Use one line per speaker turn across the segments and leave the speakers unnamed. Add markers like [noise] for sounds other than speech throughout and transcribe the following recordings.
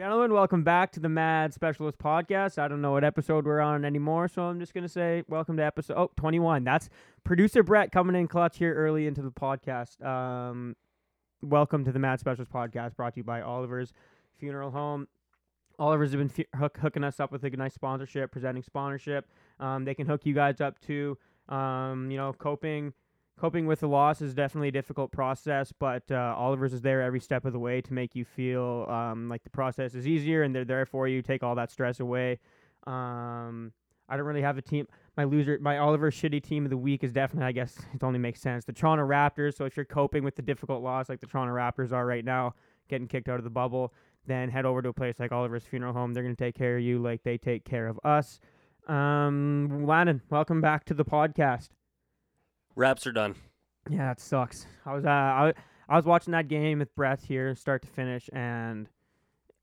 and welcome back to the Mad Specialist Podcast. I don't know what episode we're on anymore, so I'm just gonna say welcome to episode oh, 21. That's producer Brett coming in clutch here early into the podcast. Um, welcome to the Mad Specialist Podcast, brought to you by Oliver's Funeral Home. Oliver's have been fu- hook, hooking us up with a nice sponsorship, presenting sponsorship. Um, they can hook you guys up to, um, you know, coping coping with the loss is definitely a difficult process, but uh, Oliver's is there every step of the way to make you feel um, like the process is easier and they're there for you. Take all that stress away. Um, I don't really have a team. My loser, my Oliver shitty team of the week is definitely, I guess, it only makes sense. The Toronto Raptors. So if you're coping with the difficult loss like the Toronto Raptors are right now, getting kicked out of the bubble, then head over to a place like Oliver's Funeral Home. They're going to take care of you like they take care of us. Um, Lannon, welcome back to the podcast.
Raps are done.
Yeah, it sucks. I was uh, I, wa- I was watching that game with Brett here, start to finish, and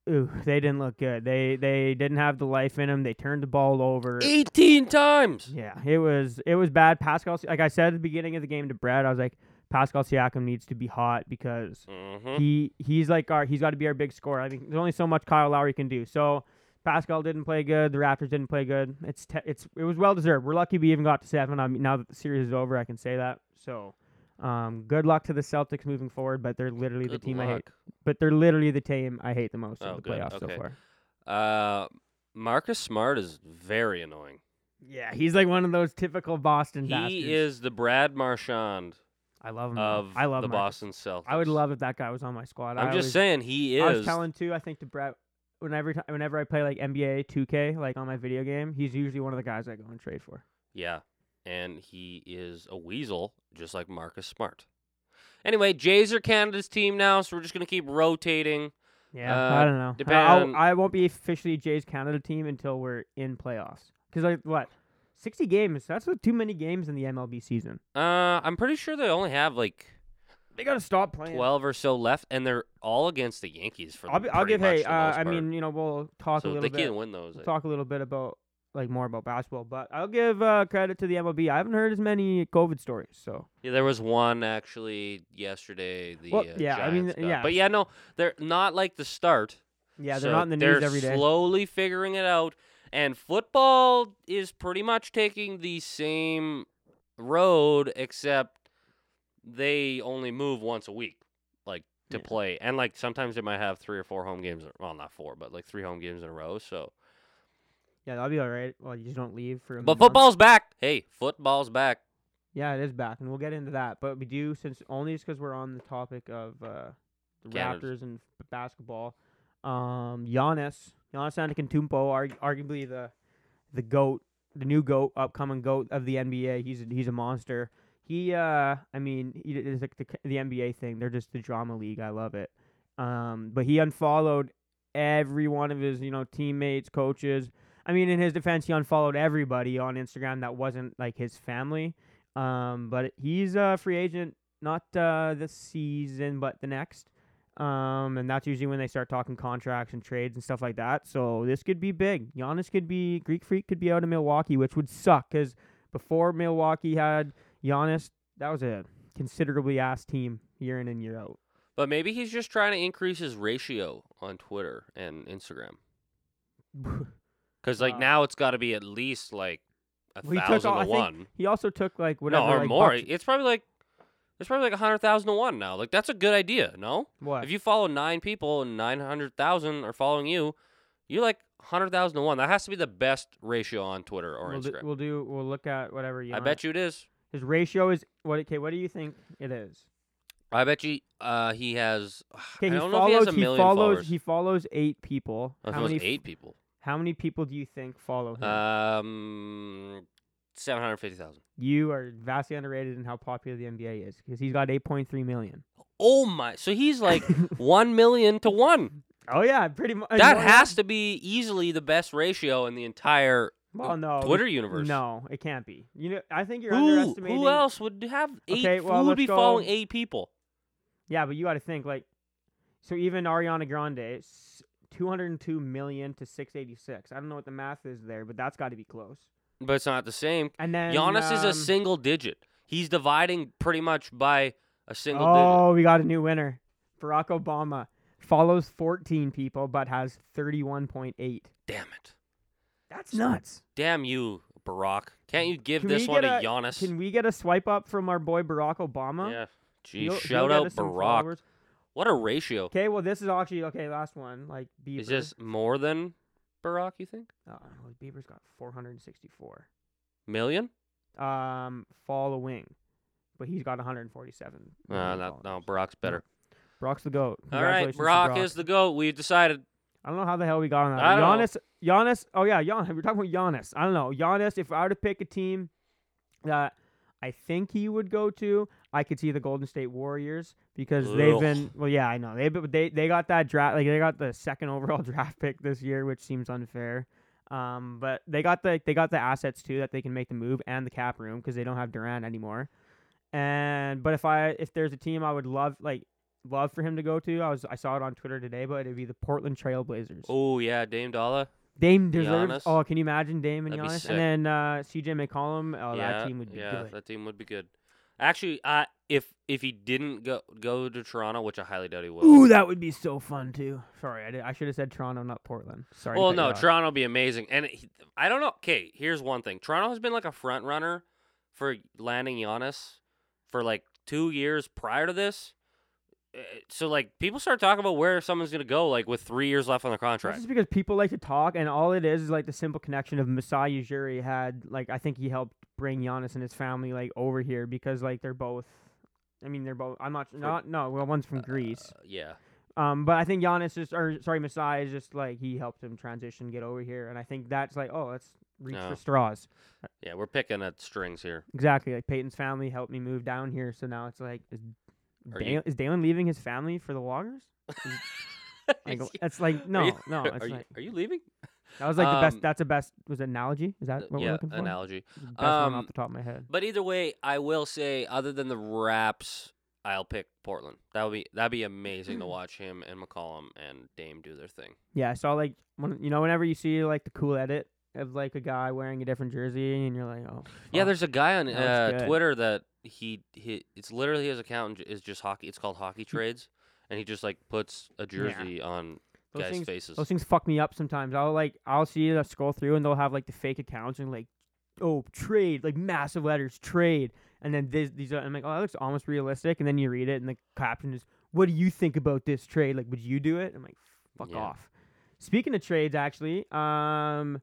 ooh, they didn't look good. They they didn't have the life in them. They turned the ball over.
18 times.
Yeah, it was it was bad. Pascal, like I said at the beginning of the game to Brett, I was like, Pascal Siakam needs to be hot because
Mm-hmm.
he he's like our he's got to be our big scorer. I think there's only so much Kyle Lowry can do. So Pascal didn't play good. The Raptors didn't play good. It's te- it's it was well deserved. We're lucky we even got to seven. I mean, now that the series is over, I can say that. So, um, good luck to the Celtics moving forward. But they're literally the team I hate. But they're literally the team I hate the most in
Oh,
the
good.
playoffs so
Okay.
far.
Uh, Marcus Smart is very annoying.
Yeah, he's like one of those typical Boston bastards.
He is the Brad Marchand
I love him. though.
of
I love
the
Marcus.
Boston Celtics.
I would love if that guy was on my squad.
I'm
I
just
was-
saying he
I was
is.
telling too. I think to Brett whenever ti- whenever I play like NBA 2K like on my video game, he's usually one of the guys I go and trade for.
yeah, and he is a weasel, just like Marcus Smart. Anyway, Jays are Canada's team now, so we're just gonna keep rotating.
Yeah,
Uh,
I don't know.
depend
I- I'll-
on-
I won't be officially Jay's Canada team until we're in playoffs. Cause like what, sixty games? That's not too many games in the MLB season.
Uh, I'm pretty sure they only have like
They gotta stop playing.
12 or so left, and they're all against the Yankees for.
Oh, I'll, be, I'll
pretty
give. Hey,
much
uh,
the most
I
part.
mean, you know, we'll talk a
so
little
they
bit.
can't win those.
We'll
I-
talk a little bit about like more about basketball, but I'll give uh, credit to the MLB. I haven't heard as many COVID stories, so
Yeah, there was one actually yesterday. The
Well,
uh,
yeah, I mean,
Giants got-
yeah.
but yeah, no, they're not like the start.
yeah,
so
they're not in the
they're
news every day.
Slowly figuring it out, and football is pretty much taking the same road, except they only move once a week, like to
Yeah.
play, and like sometimes they might have three or four home games. in- Well, not four, but like three home games in a row. So,
Yeah, that'll be all right. Well, you just don't leave for. A
but
month.
football's back. Hey, football's back.
Yeah, it is back, and we'll get into that. But we do since only just because we're on the topic of uh, the
Cannabis.
Raptors and f- basketball. Um, Giannis, Giannis Antetokounmpo, arg- arguably the the goat, the new goat, upcoming goat of the NBA. He's a, he's a monster. He, uh, I mean, he, it's like the, the NBA thing. They're just the drama league. I love it. Um, but he unfollowed every one of his, you know, teammates, coaches. I mean, in his defense, he unfollowed everybody on Instagram that wasn't like his family. Um, but he's a free agent, not uh, this season, but the next. Um, and that's usually when they start talking contracts and trades and stuff like that. So this could be big. Giannis could be Greek Freak could be out of Milwaukee, which would suck because before Milwaukee had Giannis, that was a considerably ass team year in and year out. [laughs]
But maybe he's just trying to increase his ratio on Twitter and Instagram. Because like
Uh,
now it's got to be at least like a
Well, he took
thousand
all- I
to
think
one,
he also took like
no,
whatever
or
like,
more.
bucks-
It's probably like it's probably like a hundred thousand to one now. Like that's a good idea. No,
What?
if you follow nine people and nine hundred thousand are following you, you're like hundred thousand to one. That has to be the best ratio on Twitter or
we'll, do,
Instagram.
we'll do. We'll look at whatever. Giannis.
I bet you it is.
his ratio is what? Okay, what do you think it is?
I bet you uh, he has. [sighs]
Okay, he
I don't know if he has
follows.
a
He,
million
follows.
followers.
He follows eight people.
I
how
think
many?
it
f-
was eight Uh, people.
How many people do you think follow him?
Um, seven hundred fifty thousand.
you are vastly underrated in how popular the NBA is because he's got 8.3 million.
Oh my! So he's like one million to one.
[laughs] Oh yeah, pretty much.
That has to be easily the best ratio in the entire
Well, no,
Twitter universe.
No, it can't be. You know, I think you're
Who,
underestimating.
who else would have eight?
Okay, well,
who would
let's
be following
go-
eight people?
Yeah, but you got to think like, so even Ariana Grande, s- 202 million to 686. I don't know what the math is there, but that's got to be close.
But it's not the same.
And then
Giannis is a
um,
single digit. He's dividing pretty much by a single
oh, we got a new winner, Barack Obama. follows 14 people but has 31.8.
Damn it.
That's nuts.
Damn you, Barack. Can't you give
Can
this
we
one to
get a-
Giannis?
Can we get a swipe up from our boy Barack Obama?
yeah. Gee,
He'll- he'll
shout
get
out
us some
Barack.
followers.
What a ratio.
Okay, well this is actually okay. Last one, like Bieber.
Is this more than Barack, you think?
Uh, well, Bieber's got 464
Million?
um following, but he's got 147.
Uh,
million
no, no,
followers.
Barack's better.
Brock's the goat.
All right,
Congratulations to
Barack is the GOAT. We've decided.
I don't know how the hell we got on that.
I don't know.
Giannis, Giannis. Oh yeah, Giannis. We're talking about Giannis. I don't know Giannis. If I were to pick a team that I think he would go to, I could see the Golden State Warriors because they've
Ugh.
been. Well, yeah, I know they've been, they they got that draft. Like they got the second [laughs] overall draft pick this year, which seems unfair. Um, but they got the they got the assets too that they can make the move and the cap room because they don't have Durant anymore. And but if I if there's a team I would love like love for him to go to, I was I saw it on Twitter today, but it'd be the Portland Trailblazers.
Oh, yeah, Dame Dollar.
Dame deserves.
Giannis.
Oh, can you imagine Dame and
That'd be
Giannis?
sick.
And then uh, CJ McCollum. Oh,
yeah,
that team would be
yeah,
good.
that team would be good. Actually, I if if he didn't go go to Toronto, which I highly doubt he will.
Ooh, that would be so fun too. Sorry, I, did, I should have said Toronto, not Portland. Sorry. to
well,
cut you
no,
off.
Toronto would be amazing. And he, I don't know. Okay, here's one thing. Toronto has been like a front runner for landing Giannis for like two years prior to this. Uh, So like people start talking about where someone's gonna go like with three years left on the
This
contract.
is because people like to talk, and all it is is like the simple connection of Masai Ujiri had. Like, I think he helped bring Giannis and his family like over here because like they're both. I mean, they're both. I'm not. Not no. Well, one's from Greece.
Uh, yeah,
Um, but I think Giannis is, or sorry, Masai is just like he helped him transition, get over here, and I think that's like, oh, let's reach
No.
for straws.
yeah, we're picking at strings here.
Exactly. Like Peyton's family helped me move down here, so now it's like is,
Are
Dale,
you-
is Dalen leaving his family for the Loggers?
[laughs]
Like, it's like no,
you- [laughs]
no.
are,
It's
you,
like
are you leaving?
that was like the best.
um,
That's a best. Was it analogy? Is that what we're
yeah,
looking for?
analogy.
The Best one
Um,
off the top of my head.
But either way, I will say, other than the Raps, I'll pick Portland. That would be that'd be amazing to watch him and McCollum and Dame do their thing.
Yeah, I saw like when you know whenever you see like the cool edit of like a guy wearing a different jersey, and you're like, oh,
Yeah,
fuck.
there's a guy on
That looks
uh,
good.
Twitter that he, he it's literally his account is just hockey. It's called Hockey
Hmm.
Trades, and he just like puts a jersey on
those
guys'
things.
faces.
Those things fuck me up sometimes. I'll like I'll see it, I'll scroll through and they'll have like the fake accounts and like oh trade like massive letters trade and then this, these are I'm like oh that looks almost realistic and then you read it and the caption is what do you think about this trade like would you do it I'm like fuck
Yeah.
off. Speaking of trades, actually, um,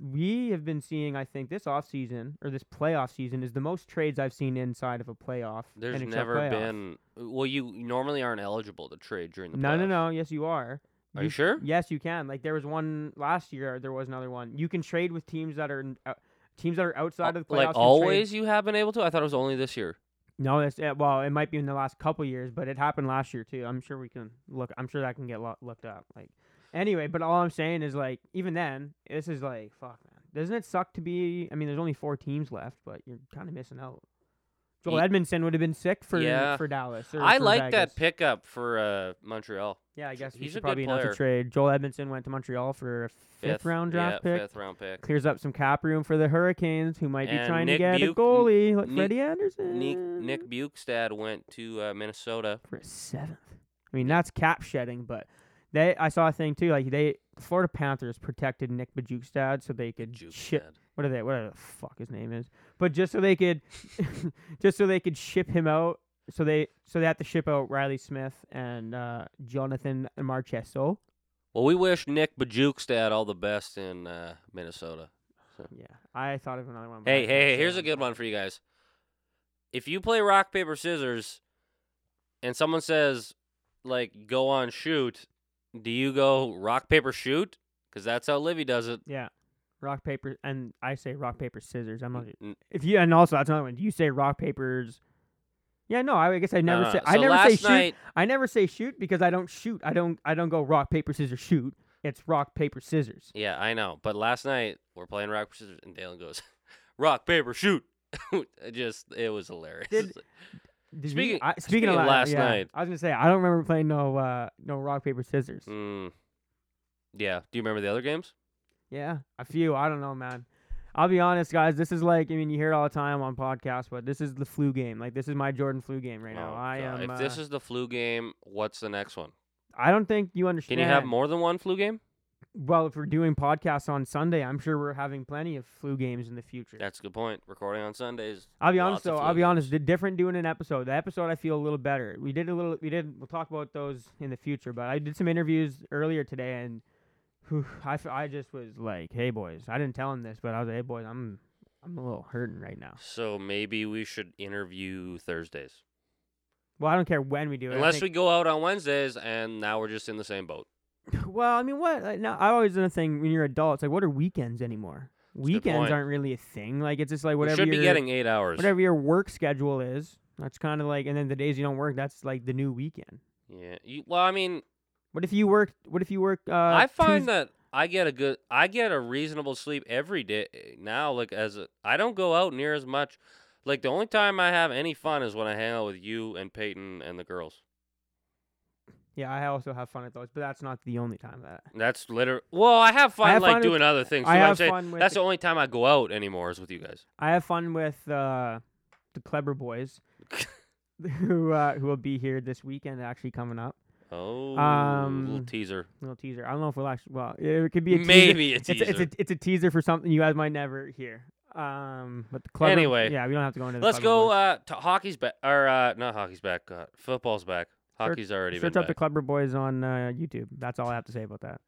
we have been seeing I think this off season or this playoff season is the most trades I've seen inside of a playoff.
There's
NHL
never
playoff.
been well, you normally aren't eligible to trade during the
no no
playoffs.
no yes you are.
Are you sure?
Yes, you can. Like there was one last year. There was another one. You can trade with teams that are n- uh, teams that are outside of the playoffs.
like
can trade-
always, you have been able to. I thought it was only this year.
No, it's uh, well, it might be in the last couple years, but it happened last year too. I'm sure we can look. I'm sure that can get lo- looked up. Like anyway, but all I'm saying is like even then, this is like fuck, man. Doesn't it suck to be? I mean, there's only four teams left, but you're kind of missing out. Joel
Ye-
Edmondson would have been sick for
Yeah.
for Dallas. or
I
for
like
Vegas.
that pickup for uh, Montreal.
Yeah, I guess we
He's a
should
good
probably announce
player.
a trade. Joel Edmondson went to Montreal for a fifth, round draft
yeah,
pick.
Fifth round pick.
clears up some cap room for the Hurricanes, who might be
And
trying
Nick
to get
Buch-
a goalie like
Nick-
Freddie Anderson.
Nick,
Uh,
Nick Bukestad went to uh, Minnesota.
for a seventh. I mean, that's cap shedding, but they I saw a thing too. Like they, the Florida Panthers protected Nick Bajukstad so they could ship.
Bukestad.
What are they? Whatever the fuck his name is, but just so they could, [laughs] just so they could ship him out. So they so they had to ship out Riley Smith and uh, Jonathan Marchesso.
Well, we wish Nick Bajukstad all the best in uh, Minnesota.
Yeah, I thought of another one. but I
Hey,
can't
hey, hey,
say it
here's a
on
good
pod.
one for you guys. If you play rock paper scissors, and someone says, like, go on shoot, do you go rock paper shoot? Because that's how Livy does it.
Yeah. Rock paper and I say rock paper scissors. I'm not
N-
if you and also that's another one. Do you say rock papers? Yeah, no. I guess I
no,
never
no.
say
Uh, So
I never
last
say shoot.
night,
I never say shoot because I don't shoot. I don't I don't go rock paper scissors shoot. It's rock paper scissors.
Yeah, I know. But last night we're playing rock paper scissors, and Dalen goes, [laughs] "Rock paper shoot." [laughs] It just it was hilarious. [laughs]
Did- Did you-
Speaking-
I,
speaking of
la-
last
yeah,
night.
I was gonna say I don't remember playing no uh, no rock paper scissors.
Mm. Yeah. Do you remember the other games?
Yeah, a few. I don't know, man. I'll be honest, guys. This is like I mean you hear it all the time on podcasts, but this is the flu game. Like this is my Jordan flu game right now.
Oh,
I
God.
am.
If
uh,
this is the flu game, what's the next one?
I don't think you
Can
understand.
you have more than one flu game?
Well, if we're doing podcasts on Sunday, I'm sure we're having plenty of flu games in the future.
That's a good point. Recording on Sundays.
I'll be honest
lots of
though.
flu
I'll be
games.
honest. The different doing an episode. The episode I feel a little better. We did a little. We did. We'll talk about those in the future. But I did some interviews earlier today, and whew, I, f- I just was like, "Hey boys," I didn't tell him this, but I was like, "Hey boys, I'm I'm a little hurting right now."
So maybe we should interview Thursdays.
Well, I don't care when we do it. I
Unless
think-
we go out on Wednesdays and now we're just in the same boat.
Well, I mean, what? Like, no, I always done a thing when you're adults. Like, what are weekends anymore?
good
Weekends
point.
aren't really a thing. Like, it's just like
We
whatever
should be
your-
getting eight hours.
whatever your work schedule is. That's kind of like, and then the days you don't work, that's like the new weekend.
Yeah. You, well, I mean,
What if you work? What if you work? Uh,
I find
Tues-
that I get a good, I get a reasonable sleep every day eh, now. Like as a, I don't go out near as much. Like the only time I have any fun is when I hang out with you and Peyton and the girls.
yeah, I also have fun at those, but that's not the only time that.
That's literally. Well, I have fun
have
like
fun with-
doing other things.
I
too. I'm
have
saying
fun with
that's
the-
the only time I go out anymore is with you guys.
I have fun with uh, the clever
[laughs]
boys, who uh, who will be here this weekend. Actually, coming up,
Oh, little
Um,
teaser.
little teaser. I don't know if we'll actually. Well, it could be a teaser.
Maybe a
It's a,
teaser.
it's a it's a teaser for something you guys might never hear. Um, but the clever.
Anyway,
yeah, we don't have to go into. The
Let's
clever
go.
Boys.
Uh, to hockey's back, or uh, not hockey's back. God, football's back.
Search-
Hockey's already
Search
been
up the
back.
clever boys on uh, YouTube. That's all I have to say about that.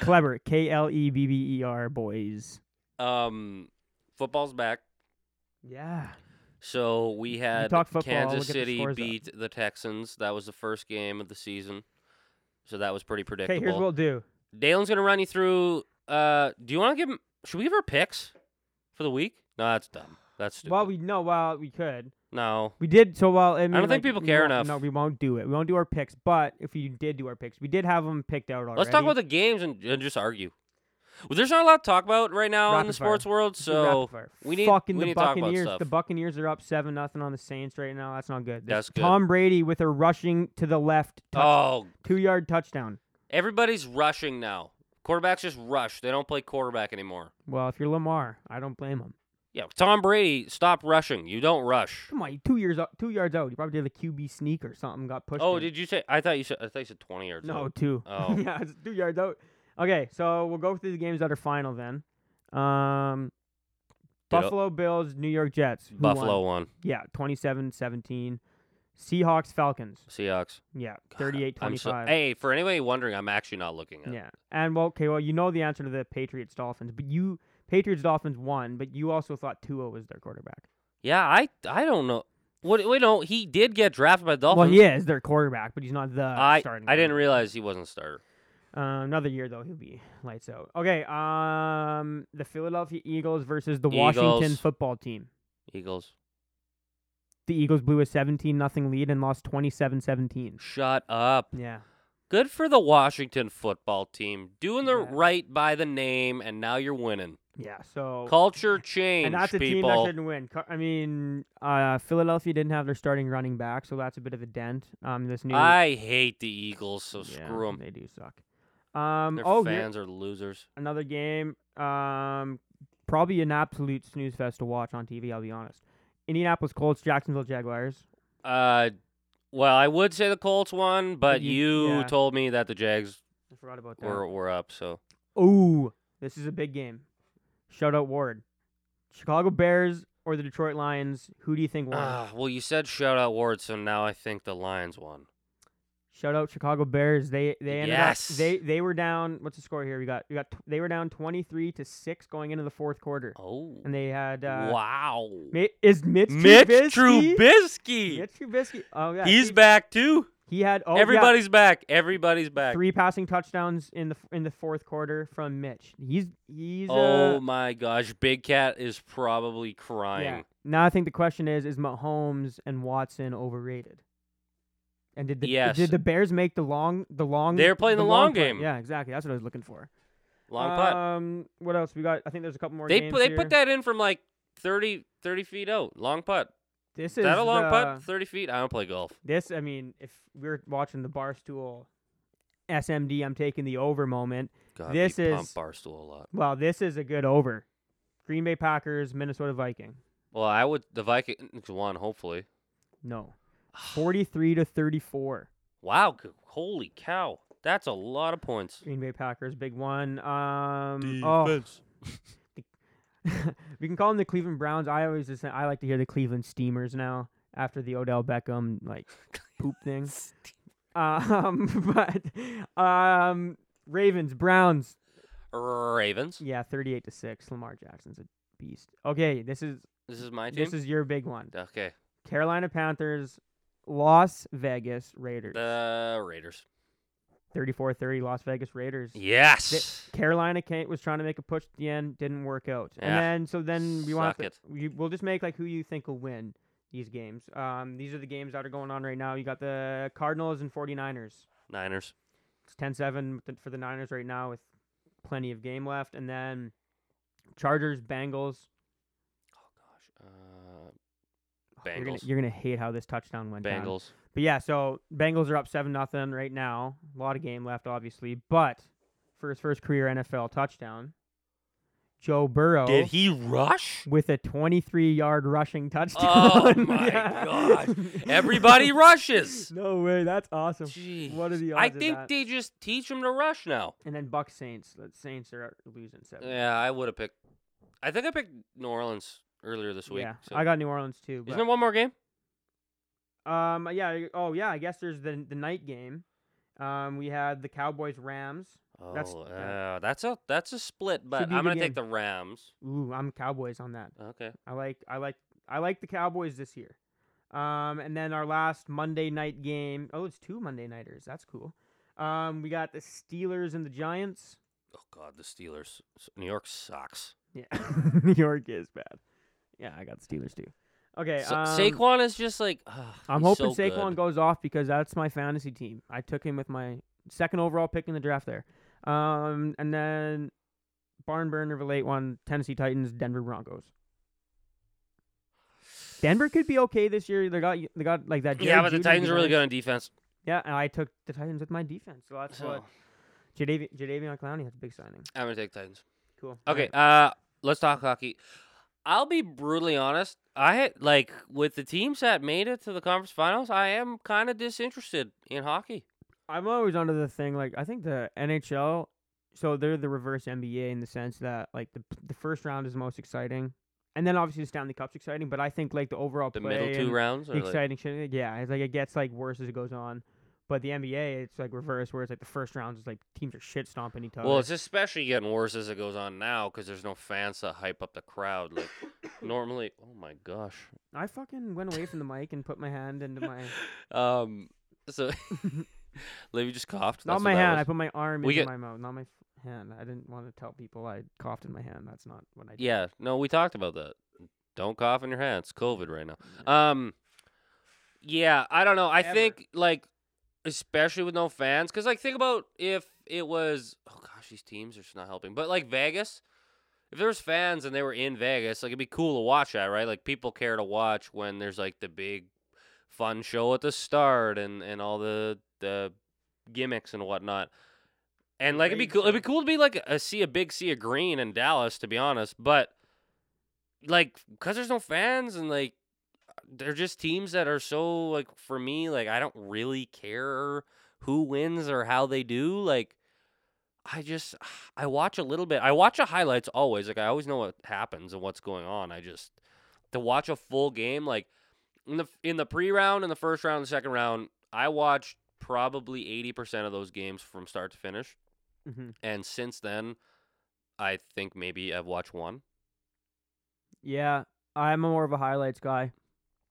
clever,
[laughs]
K L E B B E R boys.
um, football's back.
Yeah.
So we had
talk football, I'll
Kansas
look at the
City
scores up.
beat the Texans. That was the first game of the season. So that was pretty
Okay,
predictable.
here's what we'll do.
Dalen's gonna run you through. Uh, do you want to give? 'em- Should we give her picks for the week? No, that's dumb. That's stupid.
Well, we no, well we could.
no.
We did so well. I, mean,
don't think
like,
people
we
care
won't-
enough.
No, we won't do it. We won't do our picks. But if we did do our picks, we did have them picked out already.
Let's talk about the games and, and just argue. Well, there's not a lot to talk about right now in
Rapid
the sports world,
Let's do rapid
so
fire.
we need-
fucking
we
the
need to talk about
Buccaneers. The
stuff.
Buccaneers are up seven nothing on the Saints right now. That's not good. This
That's good.
Tom Brady with a rushing to the left, touch,
oh,
two yard touchdown.
everybody's rushing now. Quarterbacks just rush. They don't play quarterback anymore.
Well, if you're Lamar, I don't blame him.
Yeah, Tom Brady, stop rushing. You don't rush.
Come on, you're two years out, two yards out. You probably did a QB sneak or something. Got pushed.
Oh,
in.
did you say? I thought you said. I thought you said twenty or
No, two.
Oh.
[laughs] yeah, it's two yards out. Okay, so we'll go through the games that are final then. Um,
Ditto.
Buffalo Bills, New York Jets. Who won?
Buffalo won.
Yeah, 27-17. Seahawks, Falcons.
Seahawks.
Yeah,
God,
38-25.
I'm so- hey, for anybody wondering, I'm actually not looking at. it.
yeah. And, well, okay, well, you know the answer to the Patriots, Dolphins, but you, Patriots, Dolphins won, but you also thought Tua was their quarterback.
Yeah, I I don't know. What wait no, he did get drafted by the Dolphins.
Well, he is their quarterback, but he's not the
I
starting.
I didn't
quarterback.
realize he wasn't a starter.
Uh, another year though, he'll be lights out. Okay, um, the Philadelphia Eagles versus the Washington
Eagles.
football team.
Eagles.
The Eagles blew a 17 nothing lead and lost 27-17.
Shut up.
Yeah,
Good for the Washington football team. Doing the
Yeah.
right by the name and now you're winning.
yeah. So
Culture change,
Oh. and that's a team
people.
that didn't win. Co- I mean, uh, Philadelphia didn't have their starting running back, so that's a bit of a dent. Um, this new
I hate the Eagles, so
yeah,
screw them.
They do suck. Um,
Their
oh, yeah,
fans are losers.
another game. Um, probably an absolute snooze fest to watch on TV. I'll be honest. Indianapolis Colts, Jacksonville Jaguars.
Uh, well, I would say the Colts won, but
you-
you
yeah.
told me that the Jags
I forgot about that.
were were up. So
Ooh, this is a big game. Shout out Ward. Chicago Bears or the Detroit Lions? Who do you think won?
Ah, well, you said shout out Ward, so now I think the Lions won.
Shout out Chicago Bears. They they ended
Yes.
up they they were down. What's the score here? We got we got t- they were down twenty three to six going into the fourth quarter,
Oh,
and they had uh,
wow!
Ma- is Mitch
Mitch
Trubisky?
Trubisky,
Mitch Trubisky. Oh yeah,
he's
he,
back too.
he had oh, yeah,
Everybody's back. Everybody's back.
three passing touchdowns in the f- in the fourth quarter from Mitch. He's he's uh,
oh my gosh, Big Cat is probably crying.
Now I think the question is: Is Mahomes and Watson overrated? And did the
Yes.
did the Bears make the long the long?
They're playing the long
play?
game.
Yeah, exactly. That's what I was looking for.
Long putt.
Um, what else we got? I think there's a couple more.
They
games
pu- they
here.
put that in from like 30, 30 feet out. Long putt.
This
Is
is uh,
that a long
the,
putt? Thirty feet. I don't play golf.
This, I mean, if we're watching the barstool SMD, I'm taking the over moment.
God,
This
we pump
is-
barstool a lot.
Well, this is a good over. Green Bay Packers, Minnesota Viking.
Well, I [sighs] would. The Vikings won. Hopefully.
No, forty three to thirty four.
Wow, c- holy cow. That's a lot of points.
Green Bay Packers, big one. Um, oh, [laughs] we can call them the Cleveland Browns. I always just I like to hear the Cleveland Steamers now after the Odell Beckham like
[laughs]
poop thing. Um, [laughs] but um, Ravens, Browns, oh.
Ravens.
yeah, thirty-eight to six. Lamar Jackson's a beast. Okay, this is
This is my team.
this is your big one.
okay.
Carolina Panthers, Las Vegas Raiders,
The Raiders.
34-30 Las Vegas Raiders.
Yes.
Carolina Kate was trying to make a push at the end, didn't work out. And
Yeah.
then so then we want
Suck
to,
it.
we, we'll just make like who you think will win these games. Um, these are the games that are going on right now. You got the Cardinals and 49ers.
Niners.
It's 10-7 with the- for the Niners right now with plenty of game left and then Chargers Bengals.
Oh gosh. Uh,
You're Oh, gonna-
Bengals.
You're going to hate how this touchdown went down.
Bengals.
But yeah, so Bengals are up seven nothing right now. A lot of game left, obviously, but for his first career NFL touchdown, Joe Burrow
Did
[laughs]
he rush? Oh
with a 23 yard rushing touchdown.
my
Yeah. [laughs]
God. Everybody rushes.
no way, that's awesome.
Jeez.
What are the
I
odds of
think
that?
they just teach him to rush now.
And then Buck Saints. The Saints are losing seven.
Yeah, I would have picked. I think I picked New Orleans earlier this week.
Yeah,
so-
I got New Orleans too.
Isn't
But,
there one more game?
um, yeah. Oh, yeah. I guess there's the the night game. Um, we had the Cowboys Rams.
Oh,
That's- yeah.
uh, that's a that's a split, but
be a
I'm
good
gonna
game.
take the Rams.
Ooh, I'm Cowboys on that.
Okay.
I like I like I like the Cowboys this year. Um, and then our last Monday night game. Oh, it's two Monday nighters. That's cool. Um, we got the Steelers and the Giants.
Oh God, the Steelers. S- New York sucks.
Yeah, [laughs] New York is bad. Yeah, I got the Steelers too. Okay,
Sa-
um,
Saquon is just like. ugh,
I'm
he's
hoping
so
Saquon
good.
goes off because that's my fantasy team. I took him with my second overall pick in the draft there. Um, and then barn burner of a late one: Tennessee Titans, Denver Broncos. Denver could be okay this year. They got they got like that.
Yeah,
Jerry
but the
Jeudy
Titans are really
defense.
good on defense.
Yeah, and I took the Titans with my defense. So that's what
So
Jadavion, Jadavion Clowney. That's a big signing.
I'm gonna take Titans.
Cool. All
Okay.
right.
Uh, let's talk hockey. I'll be brutally honest. I had like with the teams that made it to the conference finals. I am kind of disinterested in hockey.
I'm always under the thing like I think the NHL. So they're the reverse NBA in the sense that like the the first round is the most exciting, and then obviously the Stanley Cup's exciting. But I think like the overall
The
play
middle two
and
rounds.
the
Are like,
exciting shit. Yeah, it's like it gets like worse as it goes on. But the NBA, it's like reverse, where it's like the first round is like teams are shit stomping each other.
well, it's especially getting worse as it goes on now because there's no fans to hype up the crowd.
[coughs]
Like normally, oh my gosh.
I fucking went away from the mic and put my hand into my
[laughs] Um. [laughs] So, Livy just coughed.
not
That's
my
what that
hand. I
was.
put my arm
We
into
get-
my mouth, not my f- hand. I didn't want to tell people I coughed in my hand. That's not what I did.
Yeah. No, we talked about that. Don't cough in your hand. It's COVID right now. Um. Yeah, I don't know. I
Mm-hmm. Ever.
think like, especially with no fans, because like think about if it was. Oh gosh, these teams are just not helping. But like Vegas, if there was fans and they were in Vegas, like it'd be cool to watch that, right? Like people care to watch when there's like the big fun show at the start and and all the the gimmicks and whatnot. And
The
like it'd be
rage
cool. It'd be
show.
cool to be like a see a big sea of green in Dallas, to be honest. But like, cause there's no fans and like they're just teams that are so like for me like I don't really care who wins or how they do like I just I watch a little bit I watch the highlights always like I always know what happens and what's going on I just to watch a full game like in the in the pre-round and the first round and the second round I watched probably 80% of those games from start to finish
Mhm.
and since then I think maybe I've watched one
Yeah, I'm more of a highlights guy.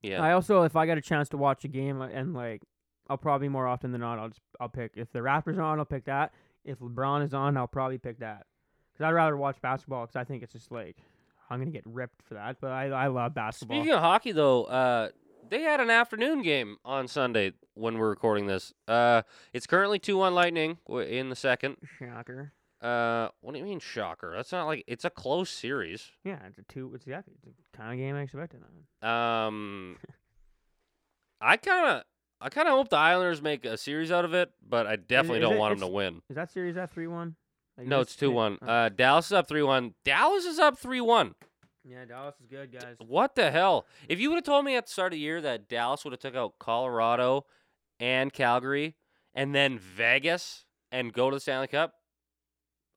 yeah
I also, if I got a chance to watch a game like- and like, I'll probably more often than not, I'll just I'll pick if the Raptors are on, I'll pick that. If LeBron is on, I'll probably pick that because I'd rather watch basketball because I think it's just like I'm gonna get ripped for that. But I I love basketball.
Speaking of hockey, though, uh, they had an afternoon game on Sunday when we're recording this. Uh, it's currently two one Lightning w- in the second.
Shocker.
Uh, what do you mean shocker? That's not like it's a close series.
Yeah, it's a two. It's yeah, it's the kind of game I expected. [laughs]
Um, I kind of, I kind of hope the Islanders make a series out of it, but I definitely
is
don't
it-
want them to
it's-
win.
Is that series at three one?
No, it's two one.
Oh.
Uh, Dallas is up three one. Dallas is up three one.
yeah, Dallas is good, guys.
What the hell? If you would have told me at the start of the year that Dallas would have took out Colorado and Calgary and then Vegas and go to the Stanley Cup,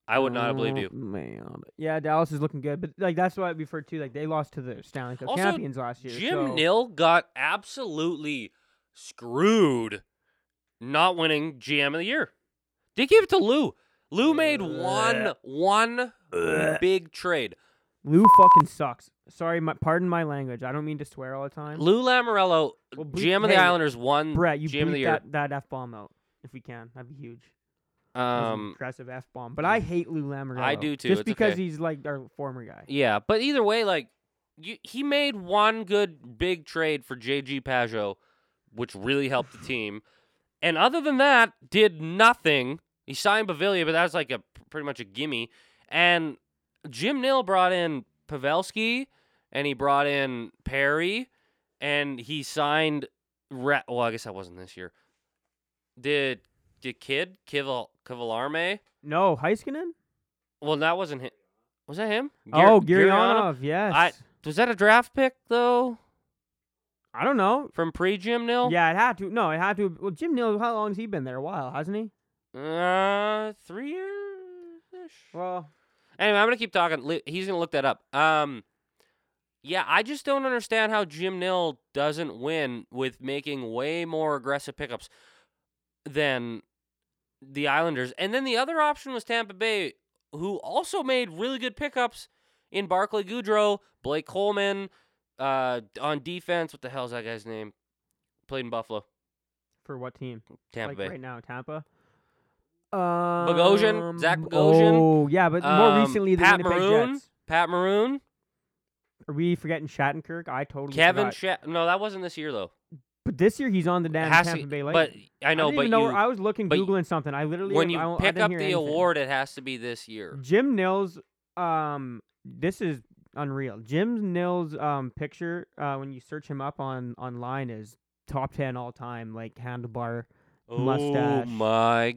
I would not have believed you.
Oh, Man. Yeah, Dallas is looking good, but like that's what I referred to. Like they lost to the Stanley Cup
Also,
champions last year.
Jim
so-
Nill got absolutely screwed not winning GM of the year. They gave it to Lou. Lou made one one big trade.
Lou fucking sucks. Sorry, my, pardon my language. I don't mean to swear all the time.
Lou Lamorello,
Well, bleep-
GM of the
hey,
Islanders, won
Brett, you
GM of the
bleep
year.
that, that f bomb out if we can. That'd be huge. That was an
Um,
impressive f bomb. But I hate Lou Lamoriello.
do too,
Just
it's
because
okay.
he's like our former guy.
yeah, but either way, like you, he made one good big trade for JG Pajot, which really helped the team. And other than that, did nothing. He signed Pavilia, but that was like a pretty much a gimme. And Jim Nill brought in Pavelski, and he brought in Perry, and he signed. Ra- well, I guess that wasn't this year. Did did Kid Kival Kivalarme?
No, Heiskanen?
Well, that wasn't him. Was that him?
oh,
Gir-
Gurionov, yes.
I- Was that a draft pick though
I don't know.
from pre Jim Nil?
Yeah, it had to. No, it had to. Well, Jim Neal, how long's he been there? A while, hasn't he?
Uh, three years.
Well,
Anyway, I'm gonna keep talking. Li- He's gonna look that up. Um, yeah, I just don't understand how Jim Nil doesn't win with making way more aggressive pickups than the Islanders. And then the other option was Tampa Bay, who also made really good pickups in Barclay Goudreau, Blake Coleman, uh, on defense. What the hell's that guy's name? Played in Buffalo,
for what team?
Tampa
like
Bay.
right now, Tampa.
Bogosian, Zach
Um,
Bogosian,
Oh, yeah, but more
um,
recently the
Pat
Winnipeg
Maroon,
Jets.
Pat Maroon,
Are we forgetting Shattenkirk? I totally
Kevin.
forgot.
Sha- no, that wasn't this year though.
but this year he's on the damn
Has to-
Tampa Bay
but
Lightning.
I know,
didn't
but
even
you,
know where- I was looking,
but you-
googling something. I literally
when you
I, I
pick
didn't
up the
hear anything.
award, it has to be this year.
Jim Nils, um, this is unreal. Jim Nils, um, picture uh, when you search him up on online is top ten all time, like handlebar.
Oh
Mustache.
my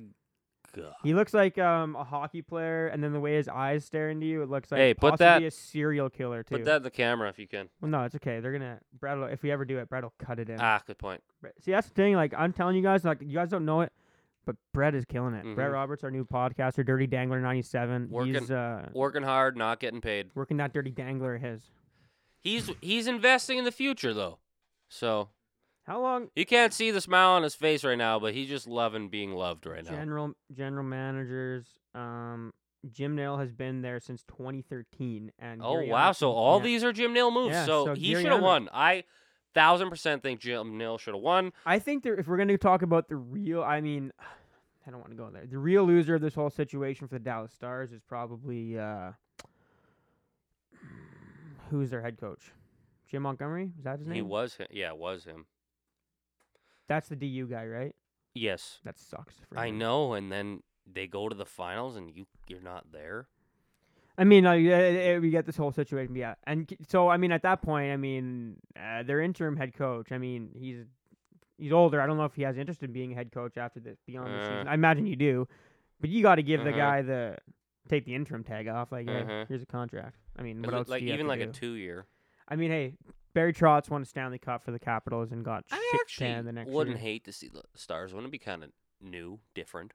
god!
He looks like um a hockey player, and then the way his eyes stare into you, it looks like
Hey, put
possibly
that-
a serial killer too.
Put that in the camera if you can.
well, no, it's okay. They're gonna Brad. Will, if we ever do it, Brad will cut it in.
Ah, good point.
Bre- See, that's the thing. Like I'm telling you guys, like you guys don't know it, but Brett is killing it. Brett
Mhm.
Roberts, our new podcaster, Dirty Dangler '97. He's
Working-
uh,
Working hard, not getting paid.
working that Dirty Dangler of his.
He's he's investing in the future though, so
How long?
you can't see the smile on his face right now, but he's just loving being loved right now.
General general managers. Um, Jim Nail has been there since 2013, and
Oh
Gary
wow!
Anderson-
So all
yeah.
these are Jim Neal moves.
Yeah,
so,
so
he
Gary
should have
Anderson-
won. I thousand percent think Jim Neal should have won.
I think there, if we're going to talk about the real, I mean, [sighs] I don't want to go there. The real loser of this whole situation for the Dallas Stars is probably uh, who's their head coach? Jim Montgomery is that his
He
name?
was him. Yeah, it was him.
That's the DU guy, right?
Yes,
That sucks. For
I
him.
know. And then they go to the finals, and you you're not there.
I mean, like, uh, uh, we get this whole situation, yeah. And c- so, I mean, at that point, I mean, uh, their interim head coach. I mean, he's he's older. I don't know if he has interest in being a head coach after this beyond the
Uh.
season. I imagine you do, but you got to give the
Uh-huh.
guy the take the interim tag off. Like, hey,
Uh-huh.
here's a contract. I mean,
It
what
looked
else?
like
do you
even
have
like
to do?
a two year.
I mean, hey, Barry Trotz won a Stanley Cup for the Capitals and got
I
shit
actually
canned the next
wouldn't
year.
hate to see the Stars. Wouldn't it be kind of new, different?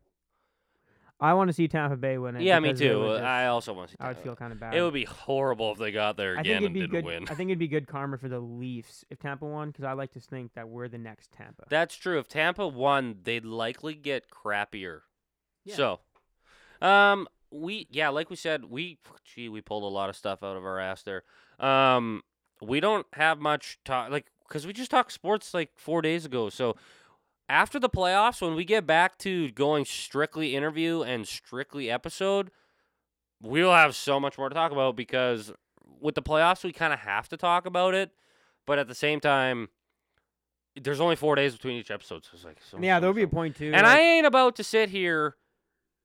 I want to see Tampa Bay win it.
yeah, me
because it
too.
would
Uh,
just-
I also want to see.
I would
Tampa.
feel kind of bad.
It would be horrible if they got there
I think
again
it'd
and
be
didn't
good.
win.
I think it'd be good karma for the Leafs if Tampa won, because I like to think that we're the next Tampa.
That's true. If Tampa won, they'd likely get crappier.
Yeah.
So, um, we yeah, like we said, we gee, we pulled a lot of stuff out of our ass there. Um, we don't have much talk like because we just talked sports like four days ago. So after the playoffs, when we get back to going strictly interview and strictly episode, we'll have so much more to talk about because with the playoffs, we kind of have to talk about it, but at the same time. There's only four days between each episode, so it's like so
And yeah,
so
there'll
much
be a
time.
point too.
And I
like,
ain't about to sit here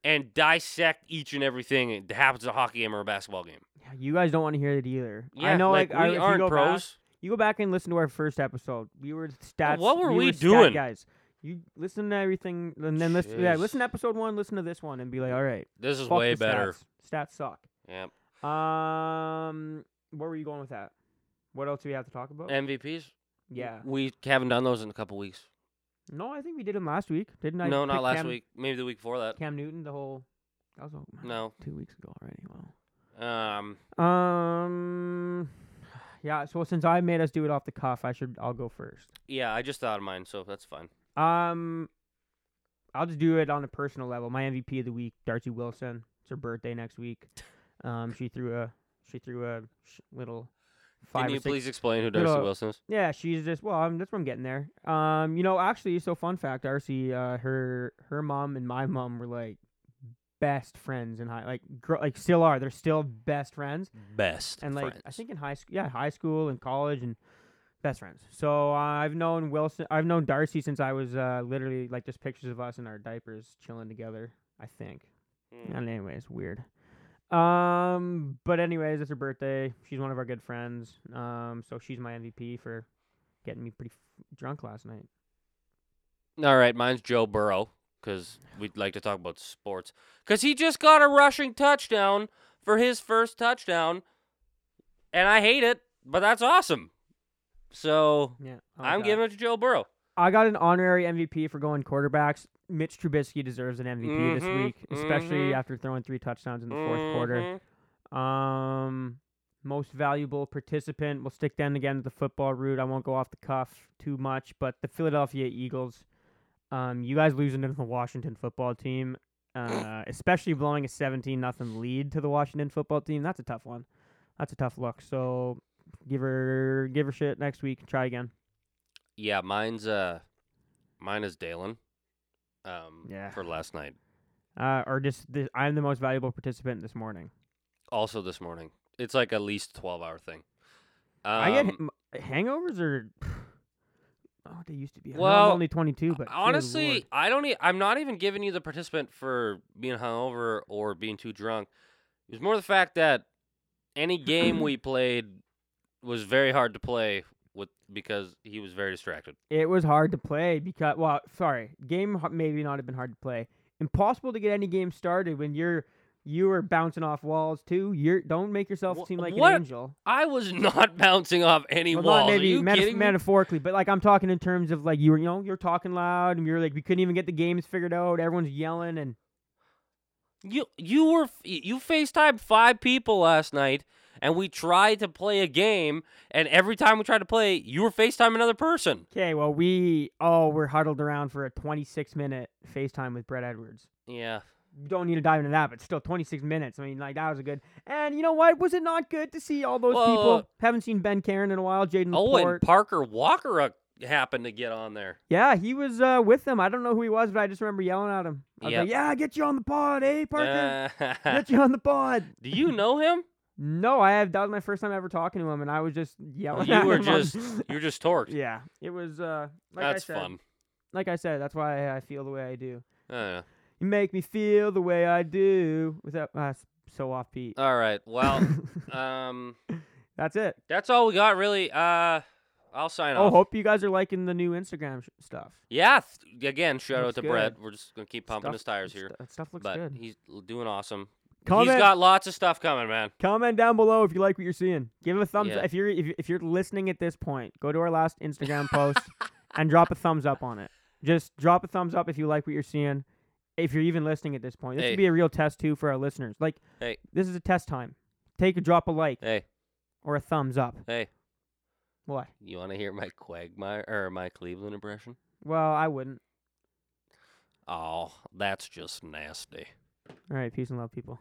and dissect each and everything that happens at a hockey game or a basketball game.
yeah, you guys don't want to hear it either.
Yeah,
I know, like, I,
we
if you
aren't
go Back,
pros.
you go back and listen to our first episode. We were stats.
what were we
stat
doing?
guys? You listen to everything, and then listen. Yeah,
Jeez.
listen to episode one, listen to this one, and be like, all right,
This is
fuck
way
the
better.
Stats. stats
Yeah,
suck. Um, where were you going with that? What else do we have to talk about?
MVPs.
yeah,
we haven't done those in a couple weeks.
No, I think we did him last week, didn't I?
no, not
pick
last
Cam,
week. Maybe the week before that.
Cam Newton, the whole. That was a,
No.
two weeks ago already. Wow.
Um.
Um. Yeah. So since I made us do it off the cuff, I should. I'll go first.
Yeah, I just thought of mine, so that's fine.
Um. I'll just do it on a personal level. My MVP of the week, Darcy Wilson. It's her birthday next week. Um. She threw a. She threw a sh- little. Five
Can
or
you
six
please explain who Darcy
Little-
Wilson is?
Yeah, she's just well. Um, that's where I'm getting there. Um, you know, actually, so fun fact, Arcee, uh, her her mom and my mom were like best friends in high, like gr- like still are. They're still best friends,
Best
and like
friends.
I think in high school, yeah, high school and college and best friends. So uh, I've known Wilson, I've known Darcy since I was uh, literally like just pictures of us in our diapers chilling together. I think.
Mm.
And anyways, weird. Um, but anyways, it's her birthday. She's one of our good friends. Um, so she's my MVP for getting me pretty f- drunk last night.
All right, mine's Joe Burrow because we'd like to talk about sports because he just got a rushing touchdown for his first touchdown, and I hate it, but that's awesome. So
Yeah, I like
I'm
that.
giving it to Joe Burrow.
Oh I got an honorary MVP for going quarterbacks. Mitch Trubisky deserves an MVP
Mhm,
this week, especially
mhm.
after throwing three touchdowns in the 4th quarter.
Mhm.
Um, most valuable participant. We'll stick then again to the football route. I won't go off the cuff too much, but the Philadelphia Eagles. Um, you guys losing to the Washington football team, uh, especially blowing a seventeen nothing lead to the Washington football team. That's a tough one. That's a tough look. So give her give her shit next week. and Try again.
Yeah, mine's uh, mine is Dalen. Um,
Yeah.
for last night.
Uh, or just the, I'm the most valuable participant this morning.
Also this morning. It's like at least twelve hour thing. Um,
I get h- m- hangovers are. [sighs] Oh, they used to be. I know
Well, uh,
I'm only 22, but good lord.
honestly, I don't. E- I'm not even giving you the participant for being hungover or being too drunk. It was more the fact that any
[clears throat]
game we played was very hard to play with because he was very distracted.
It was hard to play because, well, sorry, game h- maybe not have been hard to play. Impossible to get any game started when you're you are bouncing off walls too. You're don't make yourself
Wh-
seem like
what?
an angel.
I was [laughs] not bouncing off any
Well, not
walls. Are
maybe
you
metaf-
kidding? me?
metaphorically, but like I'm talking in terms of like you were you know you're talking loud and you're like we couldn't even get the games figured out. Everyone's yelling and
You you were f- you FaceTimed five people last night, and we tried to play a game, and every time we tried to play, you were FaceTime another person.
okay, well we all were huddled around for a 26 minute FaceTime with Brett Edwards.
Yeah.
Don't need to dive into that, but still 26 minutes. I mean, like that was a good. And you know what? Was it not good to see all those
Well, uh,
people? Haven't seen Ben Karen in a while. Jaden
Oh,
Laporte.
and Parker Walker uh, happened to get on there. [laughs]
Yeah, he was uh, with them. I don't know who he was, but I just remember yelling at him. I was
Yep.
like, "Yeah, get you on the pod, eh,
[laughs]
Parker? [laughs]
Uh,
get you on the pod."
do you know him?
No, I have. That was my first time ever talking to him, and I was just yelling.
Oh, you
at
were
him on-
just you were just
[laughs]
torqued.
yeah, it was. Uh, like
That's
I said,
fun.
Like I said, that's why I feel the way I do.
Uh,
You make me feel the way I do. Without uh, s- so off beat.
all right. Oh, Well, um,
[laughs] that's it.
that's all we got really. Uh, I'll sign
Oh,
off.
hope you guys are liking the new Instagram sh- stuff.
Yeah. Th- again, shout
Looks
out to
good.
Brett. We're just gonna keep pumping
Stuff-
his tires here,
st- that stuff looks
but
good.
he's l- doing awesome.
Comment-
He's got lots of stuff coming, man.
Comment down below if you like what you're seeing. Give a thumbs
Yeah.
if you're if, if you're listening at this point. Go to our last Instagram
[laughs]
post and drop a thumbs up on it. Just drop a thumbs up if you like what you're seeing. If you're even listening at this point, this
Hey.
would be a real test too for our listeners. Like,
Hey.
this is a test time. Take a drop a like
Hey,
or a thumbs up.
hey,
What?
you want to hear my Quagmire or my Cleveland impression?
Well, I wouldn't.
Oh, that's just nasty.
All right, peace and love, people.